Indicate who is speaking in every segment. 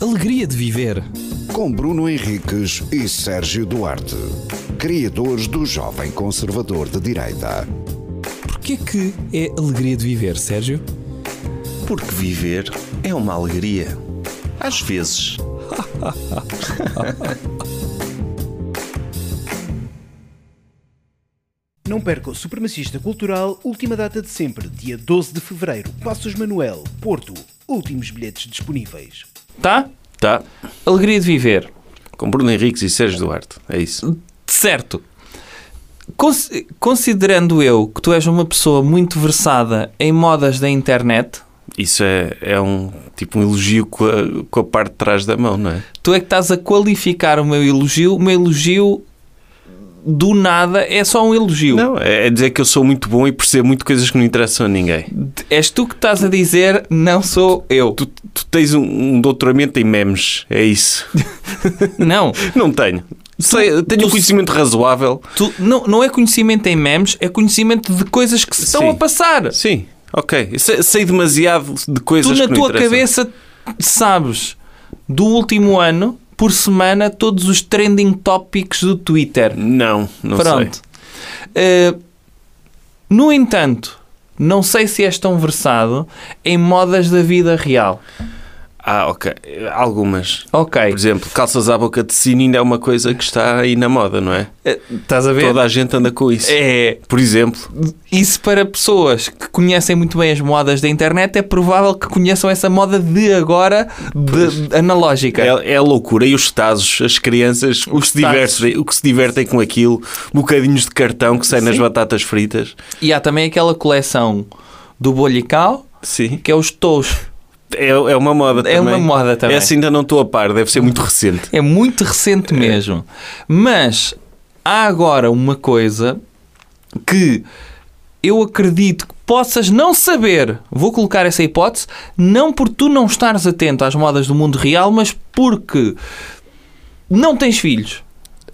Speaker 1: alegria de viver.
Speaker 2: Com Bruno Henriques e Sérgio Duarte, criadores do Jovem Conservador de Direita.
Speaker 1: Porquê que é alegria de viver, Sérgio?
Speaker 3: Porque viver é uma alegria. Às vezes.
Speaker 4: Não perca o Supremacista Cultural, última data de sempre, dia 12 de fevereiro, Passos Manuel, Porto. Últimos bilhetes disponíveis.
Speaker 5: Tá?
Speaker 3: Tá?
Speaker 5: Alegria de viver.
Speaker 3: Com Bruno Henriques e Sérgio Duarte. É isso.
Speaker 5: Certo. Cons- considerando eu que tu és uma pessoa muito versada em modas da internet,
Speaker 3: Isso é, é um tipo um elogio com a, com a parte de trás da mão, não é?
Speaker 5: tu é que estás a qualificar o meu elogio. O meu elogio do nada é só um elogio.
Speaker 3: Não, é é dizer que eu sou muito bom e percebo muito coisas que não interessam a ninguém.
Speaker 5: És tu que estás a dizer, não sou eu.
Speaker 3: Tu, tu tens um, um doutoramento em memes, é isso.
Speaker 5: Não.
Speaker 3: Não tenho. Sei, tenho um conhecimento razoável.
Speaker 5: Tu, não, não é conhecimento em memes, é conhecimento de coisas que se estão
Speaker 3: Sim.
Speaker 5: a passar.
Speaker 3: Sim, ok. Sei, sei demasiado de coisas
Speaker 5: tu
Speaker 3: que
Speaker 5: na
Speaker 3: não
Speaker 5: tua
Speaker 3: interessam.
Speaker 5: cabeça sabes do último ano por semana todos os trending topics do Twitter.
Speaker 3: Não, não
Speaker 5: Pronto.
Speaker 3: sei.
Speaker 5: Eh, no entanto, não sei se és tão versado em modas da vida real.
Speaker 3: Ah, ok. Algumas.
Speaker 5: Ok.
Speaker 3: Por exemplo, calças à boca de sino ainda é uma coisa que está aí na moda, não é?
Speaker 5: Eh, Estás a ver?
Speaker 3: Toda a gente anda com isso.
Speaker 5: É,
Speaker 3: Por exemplo,
Speaker 5: isso para pessoas que conhecem muito bem as modas da internet, é provável que conheçam essa moda de agora, de, analógica.
Speaker 3: é, é a loucura. E os tazos, as crianças, o que, se
Speaker 5: tazos.
Speaker 3: divertem, o que se divertem com aquilo, bocadinhos de cartão que saem nas batatas fritas.
Speaker 5: E há também aquela coleção do Bolhicau,
Speaker 3: Sim.
Speaker 5: que é os tos.
Speaker 3: É, é uma moda
Speaker 5: É
Speaker 3: também.
Speaker 5: uma moda também.
Speaker 3: Essa ainda não estou a par, deve ser muito recente.
Speaker 5: É muito recente mesmo. Mas há agora uma coisa que eu acredito que possas não saber. Vou colocar essa hipótese, não por tu não estares atento às modas do mundo real, mas porque não tens filhos.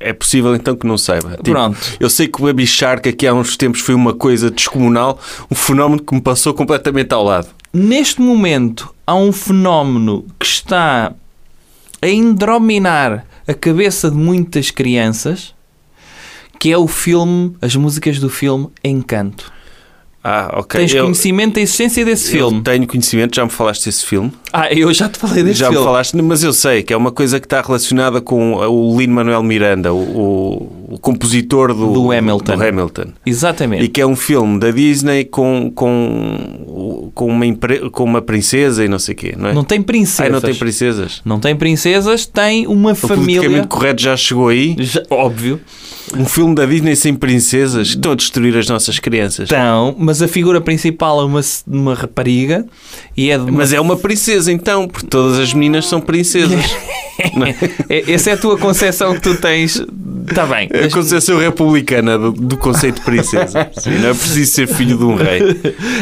Speaker 3: É possível então que não saiba. Tipo,
Speaker 5: Pronto.
Speaker 3: Eu sei que o Baby Shark aqui há uns tempos foi uma coisa descomunal, um fenómeno que me passou completamente ao lado.
Speaker 5: Neste momento há um fenómeno que está a endrominar a cabeça de muitas crianças, que é o filme, as músicas do filme Encanto.
Speaker 3: Ah, ok.
Speaker 5: Tens
Speaker 3: Eu-
Speaker 5: conhecimento da existência desse
Speaker 3: eu
Speaker 5: filme?
Speaker 3: tenho conhecimento, já me falaste desse filme.
Speaker 5: Ah, eu já te falei desse
Speaker 3: já
Speaker 5: filme.
Speaker 3: me falaste, mas eu sei que é uma coisa que está relacionada com uh, o Lino Manuel Miranda, o, o- o compositor do,
Speaker 5: Do Hamilton.
Speaker 3: do Hamilton.
Speaker 5: Exatamente.
Speaker 3: E que é um filme da Disney com, com, com, uma, empre- com uma princesa e não sei o quê, não é?
Speaker 5: Não tem princesas.
Speaker 3: Ai, não tem princesas.
Speaker 5: Não tem princesas, tem uma
Speaker 3: O
Speaker 5: família.
Speaker 3: politicamente correto já chegou aí.
Speaker 5: Já- óbvio.
Speaker 3: Um filme da Disney sem princesas. Estão a destruir as nossas crianças.
Speaker 5: Então, mas a figura principal é uma, uma rapariga e é de uma
Speaker 3: Mas é uma princesa então, porque todas as meninas são princesas. Não é?
Speaker 5: É- Essa é a tua concepção que tu tens. Está bem.
Speaker 3: É a
Speaker 5: Mas-
Speaker 3: concepção republicana do, do conceito de princesa. Sim, não é preciso ser filho de um rei,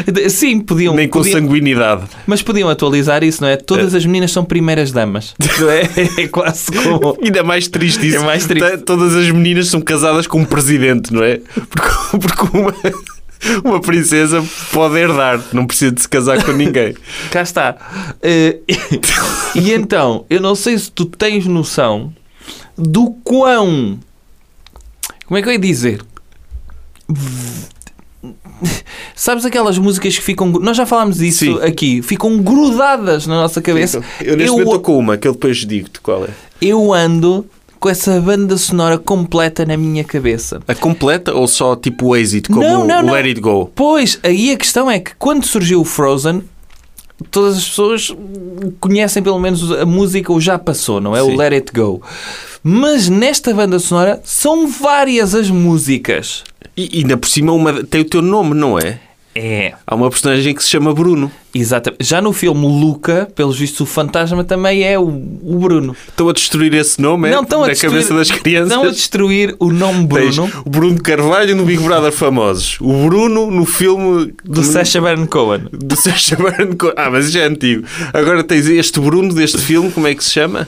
Speaker 5: de- Sim, podiam.
Speaker 3: nem com
Speaker 5: podiam-
Speaker 3: sanguinidade.
Speaker 5: Mas podiam atualizar isso, não é? Todas as meninas são primeiras damas. Não é? É quase como.
Speaker 3: Ainda Oh. mais triste isso.
Speaker 5: É mais triste.
Speaker 3: Ta- Todas as meninas são casadas com um presidente, não é? Porque, porque uma, uma princesa pode herdar, não precisa de se casar com ninguém.
Speaker 5: Cá está. Eh, e então, eu não sei se tu tens noção do quão. Como é que eu ia dizer? Sabes aquelas músicas que ficam. Nós já falámos disso
Speaker 3: Sim.
Speaker 5: aqui. Ficam grudadas na nossa cabeça.
Speaker 3: Eu neste momento estou com uma, que eu depois digo-te qual é.
Speaker 5: eu ando com essa banda sonora completa na minha cabeça.
Speaker 3: A completa ou só tipo o êxito, como
Speaker 5: Não, não,
Speaker 3: o
Speaker 5: não.
Speaker 3: Let It Go?
Speaker 5: Pois, aí a questão é que quando surgiu o Frozen, todas as pessoas conhecem pelo menos a música ou já passou, não é?
Speaker 3: Sim.
Speaker 5: O Let It Go. Mas nesta banda sonora são várias as músicas.
Speaker 3: E ainda por cima uma, tem o teu nome, não é?
Speaker 5: É.
Speaker 3: Há uma personagem que se chama Bruno.
Speaker 5: Exatamente. Já no filme Luca, pelos vistos, o fantasma também é o, o Bruno.
Speaker 3: Estão a destruir esse nome, é?
Speaker 5: Não estão a
Speaker 3: Na
Speaker 5: destruir-
Speaker 3: cabeça das crianças.
Speaker 5: Não a destruir o nome
Speaker 3: Tens
Speaker 5: Bruno
Speaker 3: o Bruno de Carvalho no Big Brother Famosos. O Bruno no filme
Speaker 5: do Sacha Baron Cohen.
Speaker 3: do Sacha Baron Cohen. Ah, mas isso já é antigo. Agora tens este Bruno deste filme, como é que se chama?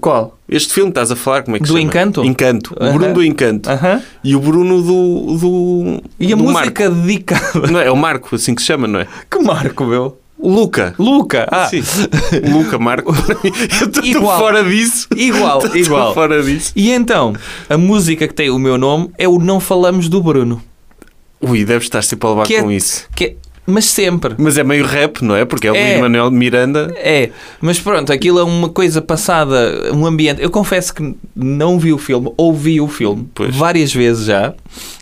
Speaker 5: Qual?
Speaker 3: Este filme que estás a falar, como é que se
Speaker 5: Do
Speaker 3: chama?
Speaker 5: Encanto?
Speaker 3: Encanto. O
Speaker 5: Aham.
Speaker 3: Bruno do Encanto.
Speaker 5: Aham.
Speaker 3: E o Bruno do. do
Speaker 5: E a
Speaker 3: do
Speaker 5: música dedicada.
Speaker 3: Marco. Não é? é o Marco, assim que se chama, não é?
Speaker 5: Que marco, meu?
Speaker 3: Luca.
Speaker 5: Luca, ah,
Speaker 3: Sim. Luca Marco. Eu estou- estou
Speaker 5: Igual.
Speaker 3: fora disso.
Speaker 5: igual,
Speaker 3: Estou
Speaker 5: igual.
Speaker 3: Tá fora disso.
Speaker 5: E então, a música que tem o meu nome é o Não Falamos do Bruno.
Speaker 3: Ui, deves estar sempre a levar
Speaker 5: Que é-
Speaker 3: com isso.
Speaker 5: Que é- mas sempre.
Speaker 3: Mas é meio rap, não é? Porque é o
Speaker 5: É.
Speaker 3: Luís Manuel Miranda.
Speaker 5: É, mas pronto, aquilo é uma coisa passada, um ambiente. Eu confesso que não vi o filme, ouvi o filme
Speaker 3: Pois.
Speaker 5: várias vezes já,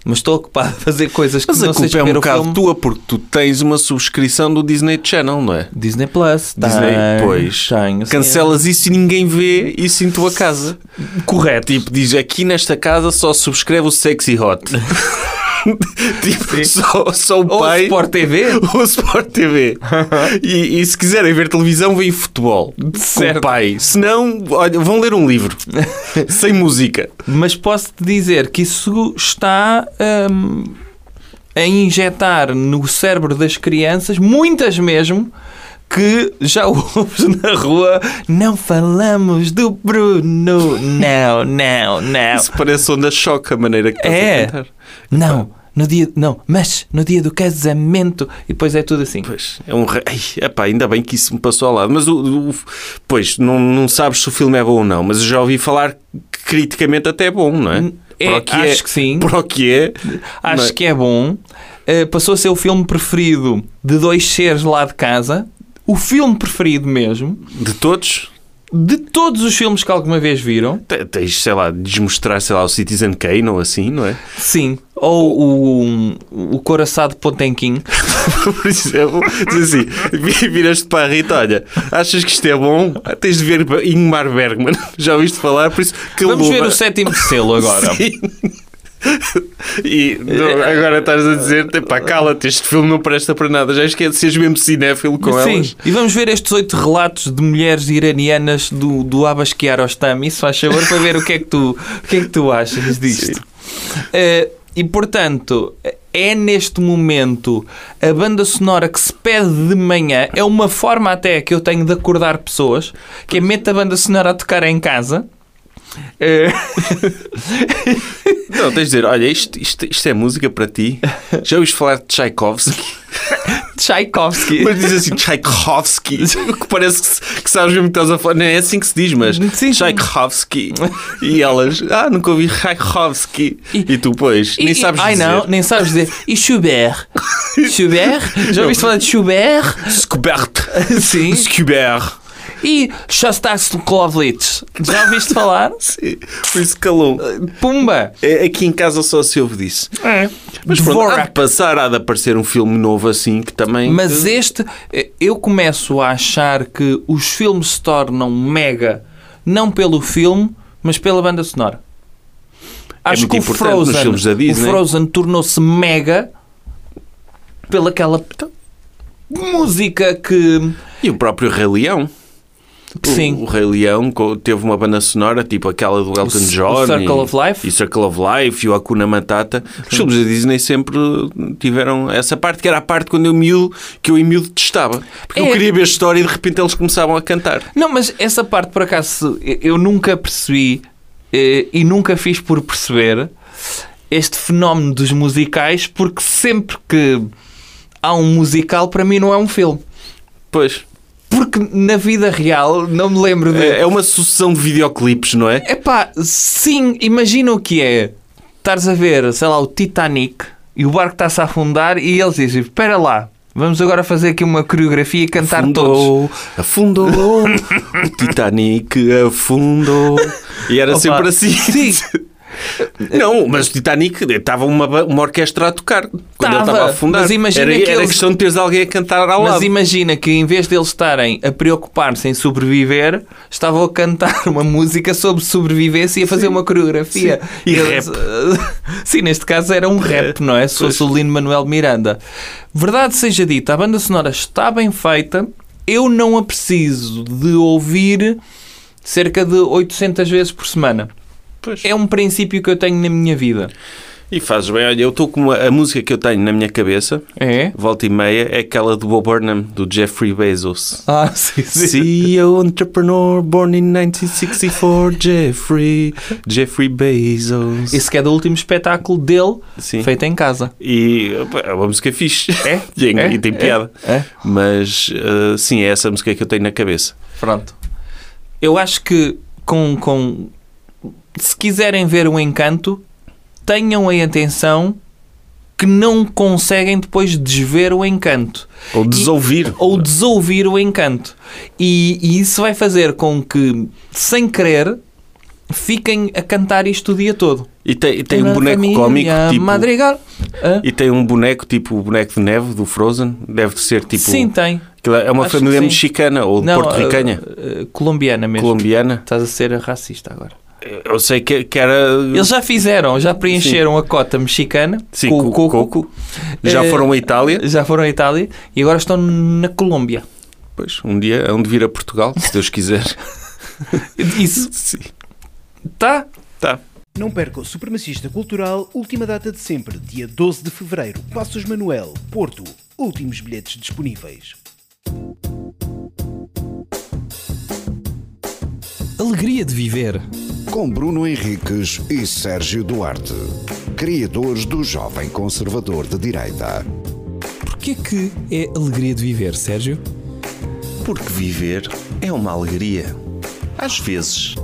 Speaker 5: mas estou ocupado a fazer coisas que
Speaker 3: Mas
Speaker 5: não
Speaker 3: a culpa
Speaker 5: seja
Speaker 3: é um
Speaker 5: ver o
Speaker 3: bocado
Speaker 5: filme.
Speaker 3: tua, porque tu tens uma subscrição do Disney Channel, não é?
Speaker 5: Disney Plus,
Speaker 3: Disney,
Speaker 5: tenho,
Speaker 3: pois.
Speaker 5: tenho, sim.
Speaker 3: Cancelas isso e ninguém vê isso em tua casa.
Speaker 5: Correto.
Speaker 3: Tipo, diz aqui nesta casa só subscreve o Sexy Hot. tipo, só, só o
Speaker 5: Ou
Speaker 3: pai.
Speaker 5: Sport TV?
Speaker 3: ou Sport TV. e, e se quiserem ver televisão, veem futebol. Com
Speaker 5: Certo.
Speaker 3: o pai. Se não, olha, vão ler um livro. sem música.
Speaker 5: Mas posso-te dizer que isso está hum, a injetar no cérebro das crianças, muitas mesmo, que já ouves na rua, não falamos do Bruno, não, não, não.
Speaker 3: Isso parece onda choque a maneira que tá estás
Speaker 5: É.
Speaker 3: a cantar.
Speaker 5: Não, no dia, não, mas no dia do casamento. E depois é tudo assim.
Speaker 3: Pois, é um. re- Ai, epá, ainda bem que isso me passou ao lado. Mas o. o- pois, não, não sabes se o filme é bom ou não, mas eu já ouvi falar que criticamente até é bom, não é?
Speaker 5: É,
Speaker 3: Para o que
Speaker 5: acho
Speaker 3: é,
Speaker 5: que sim.
Speaker 3: Para o que é.
Speaker 5: Acho
Speaker 3: não é?
Speaker 5: que é bom. Uh, passou a ser o filme preferido de dois seres lá de casa. O filme preferido mesmo
Speaker 3: De todos.
Speaker 5: de todos os filmes que alguma vez viram.
Speaker 3: te- Tens, sei lá, de desmostrar, sei lá, o Citizen Kane ou assim, não é?
Speaker 5: Sim. Ou o, um, o Coraçado Potemkin.
Speaker 3: Por exemplo, diz assim: vi- viras-te para a Rita, olha, achas que isto é bom? Ah, Tens de ver Ingmar Bergman, já ouviste falar, por isso que
Speaker 5: Vamos ver
Speaker 3: luva.
Speaker 5: o sétimo selo agora.
Speaker 3: Sim. E não, agora estás a dizer, pá, cala-te, este filme não presta para nada, já esquece, seres mesmo cinéfilo com
Speaker 5: Sim,
Speaker 3: elas.
Speaker 5: e vamos ver estes oito relatos de mulheres iranianas do, do Abasquiarostam. Isso faz favor para ver o que é que tu, o que é que tu achas disto. Eh, e portanto, é neste momento a banda sonora que se pede de manhã. É uma forma até que eu tenho de acordar pessoas, que é mete a banda sonora a tocar em casa. Eh,
Speaker 3: Não, tens de dizer, olha, isto, isto, isto é música para ti. Já ouviste falar de Tchaikovsky?
Speaker 5: Tchaikovsky.
Speaker 3: Mas diz assim, Tchaikovsky, que parece que, se- que sabes mesmo que estás a falar. Não é assim que se diz, mas
Speaker 5: Sim, sim.
Speaker 3: Tchaikovsky. E elas, ah, nunca ouvi Tchaikovsky. E, tu, pois, nem
Speaker 5: E-
Speaker 3: sabes
Speaker 5: Ai
Speaker 3: dizer.
Speaker 5: não, nem sabes dizer. E Schubert? Schubert? Já ouviste falar de Schubert?
Speaker 3: Schubert.
Speaker 5: Sim.
Speaker 3: Schubert.
Speaker 5: E Shostakovich, já ouviste falar?
Speaker 3: Sim, Por isso calou.
Speaker 5: Pumba!
Speaker 3: É, Aqui em casa só se ouve disso. Mas pronto, há de
Speaker 5: Dvorak.
Speaker 3: passar, há de aparecer um filme novo assim que também.
Speaker 5: Mas este, eh, eu começo a achar que os filmes se tornam mega, não pelo filme, mas pela banda sonora.
Speaker 3: É
Speaker 5: Acho
Speaker 3: muito
Speaker 5: que o
Speaker 3: importante nos
Speaker 5: Frozen,
Speaker 3: filmes da Disney.
Speaker 5: o Frozen tornou-se mega pela aquela p- música que
Speaker 3: E o próprio Rei Leão. O-
Speaker 5: Sim.
Speaker 3: O, Rei Leão co- teve uma banda sonora tipo aquela do Elton
Speaker 5: C- o
Speaker 3: John.
Speaker 5: Circle
Speaker 3: e,
Speaker 5: of Life.
Speaker 3: E Circle of Life e o Hakuna Matata. Os filmes da Disney sempre tiveram essa parte que era a parte quando eu miúdo, que eu em miúdo testava. Porque eu
Speaker 5: É.
Speaker 3: queria ver a história e de repente eles começavam a cantar.
Speaker 5: Não, mas essa parte por acaso eu- eu nunca percebi eh, e nunca fiz por perceber este fenómeno dos musicais, porque sempre que há um musical, para mim não é um filme.
Speaker 3: Pois.
Speaker 5: Porque na vida real não me lembro de.
Speaker 3: É, é uma sucessão de videoclipes, não é?
Speaker 5: Epá, sim, imagina o que é. Estás a ver, sei lá, o Titanic e o barco está-se a afundar e eles dizem: Espera lá, vamos agora fazer aqui uma coreografia e cantar todos.
Speaker 3: afundou, afundou, o Titanic afundou. E era
Speaker 5: Opa,
Speaker 3: sempre assim.
Speaker 5: sim.
Speaker 3: Não, mas o Titanic estava uma, ba- uma orquestra a tocar quando ele
Speaker 5: Tava,
Speaker 3: estava a afundar.
Speaker 5: mas imagina
Speaker 3: era,
Speaker 5: que
Speaker 3: era
Speaker 5: eles-
Speaker 3: questão de teres alguém a cantar ao
Speaker 5: Mas
Speaker 3: lado.
Speaker 5: imagina que em vez deles estarem a preocupar-se em sobreviver, estavam a cantar uma música sobre sobrevivência e a fazer uma coreografia.
Speaker 3: E
Speaker 5: Eles- eh,
Speaker 3: rap.
Speaker 5: Sim, neste caso era um rap, não é? Se fosse o Lino Manuel Miranda. Verdade seja dita, a banda sonora está bem feita. Eu não a preciso de ouvir cerca de 800 vezes por semana.
Speaker 3: Pois.
Speaker 5: É um princípio que eu tenho na minha vida.
Speaker 3: E faz bem, olha, eu estou com uma- a música que eu tenho na minha cabeça,
Speaker 5: É?
Speaker 3: volta e meia, é aquela do Bob Burnham, do Jeffrey Bezos.
Speaker 5: Ah, sim, sim.
Speaker 3: CEO entrepreneur born in 1964, Jeffrey, Jeffrey Bezos.
Speaker 5: Esse que é do último espetáculo dele,
Speaker 3: Sim.
Speaker 5: feito em casa.
Speaker 3: E opa, é uma música fixe.
Speaker 5: É?
Speaker 3: e, é-
Speaker 5: É?
Speaker 3: e tem piada.
Speaker 5: É?
Speaker 3: Mas eh, sim, é essa música que eu tenho na cabeça.
Speaker 5: Pronto. Eu acho que com, com... Se quiserem ver o encanto, tenham em atenção que não conseguem depois desver o encanto.
Speaker 3: Ou desouvir.
Speaker 5: ou desouvir o encanto. E, e isso vai fazer com que, sem querer, fiquem a cantar isto o dia todo.
Speaker 3: E tem, e tem um
Speaker 5: Toda a
Speaker 3: boneco
Speaker 5: família,
Speaker 3: cómico tipo.
Speaker 5: Madrigal. Ah,
Speaker 3: E tem um boneco tipo o boneco de neve do Frozen. Deve ser tipo.
Speaker 5: sim, tem.
Speaker 3: aquilo é uma
Speaker 5: acho que
Speaker 3: família
Speaker 5: sim.
Speaker 3: mexicana ou
Speaker 5: Não,
Speaker 3: porto-ricanha,
Speaker 5: ah, ah, colombiana mesmo.
Speaker 3: colombiana.
Speaker 5: Estás a ser racista agora.
Speaker 3: Eu sei que, que era.
Speaker 5: Eles já fizeram, já preencheram a cota mexicana
Speaker 3: Sim,
Speaker 5: com
Speaker 3: com
Speaker 5: o
Speaker 3: o
Speaker 5: coco.
Speaker 3: coco. Já
Speaker 5: Eh,
Speaker 3: foram à Itália.
Speaker 5: Já foram à Itália e agora estão na Colômbia.
Speaker 3: Pois, um dia hão de vir a Portugal, se Deus quiser.
Speaker 5: Isso
Speaker 3: Sim.
Speaker 5: está
Speaker 3: Tá.
Speaker 4: Não perca o Supremacista Cultural, última data de sempre, dia 12 de fevereiro, Passos Manuel, Porto. Últimos bilhetes disponíveis.
Speaker 1: Alegria de viver.
Speaker 2: Com Bruno Henriques e Sérgio Duarte, criadores do Jovem Conservador de Direita.
Speaker 1: Porquê que é alegria de viver, Sérgio?
Speaker 3: Porque viver é uma alegria. Às vezes.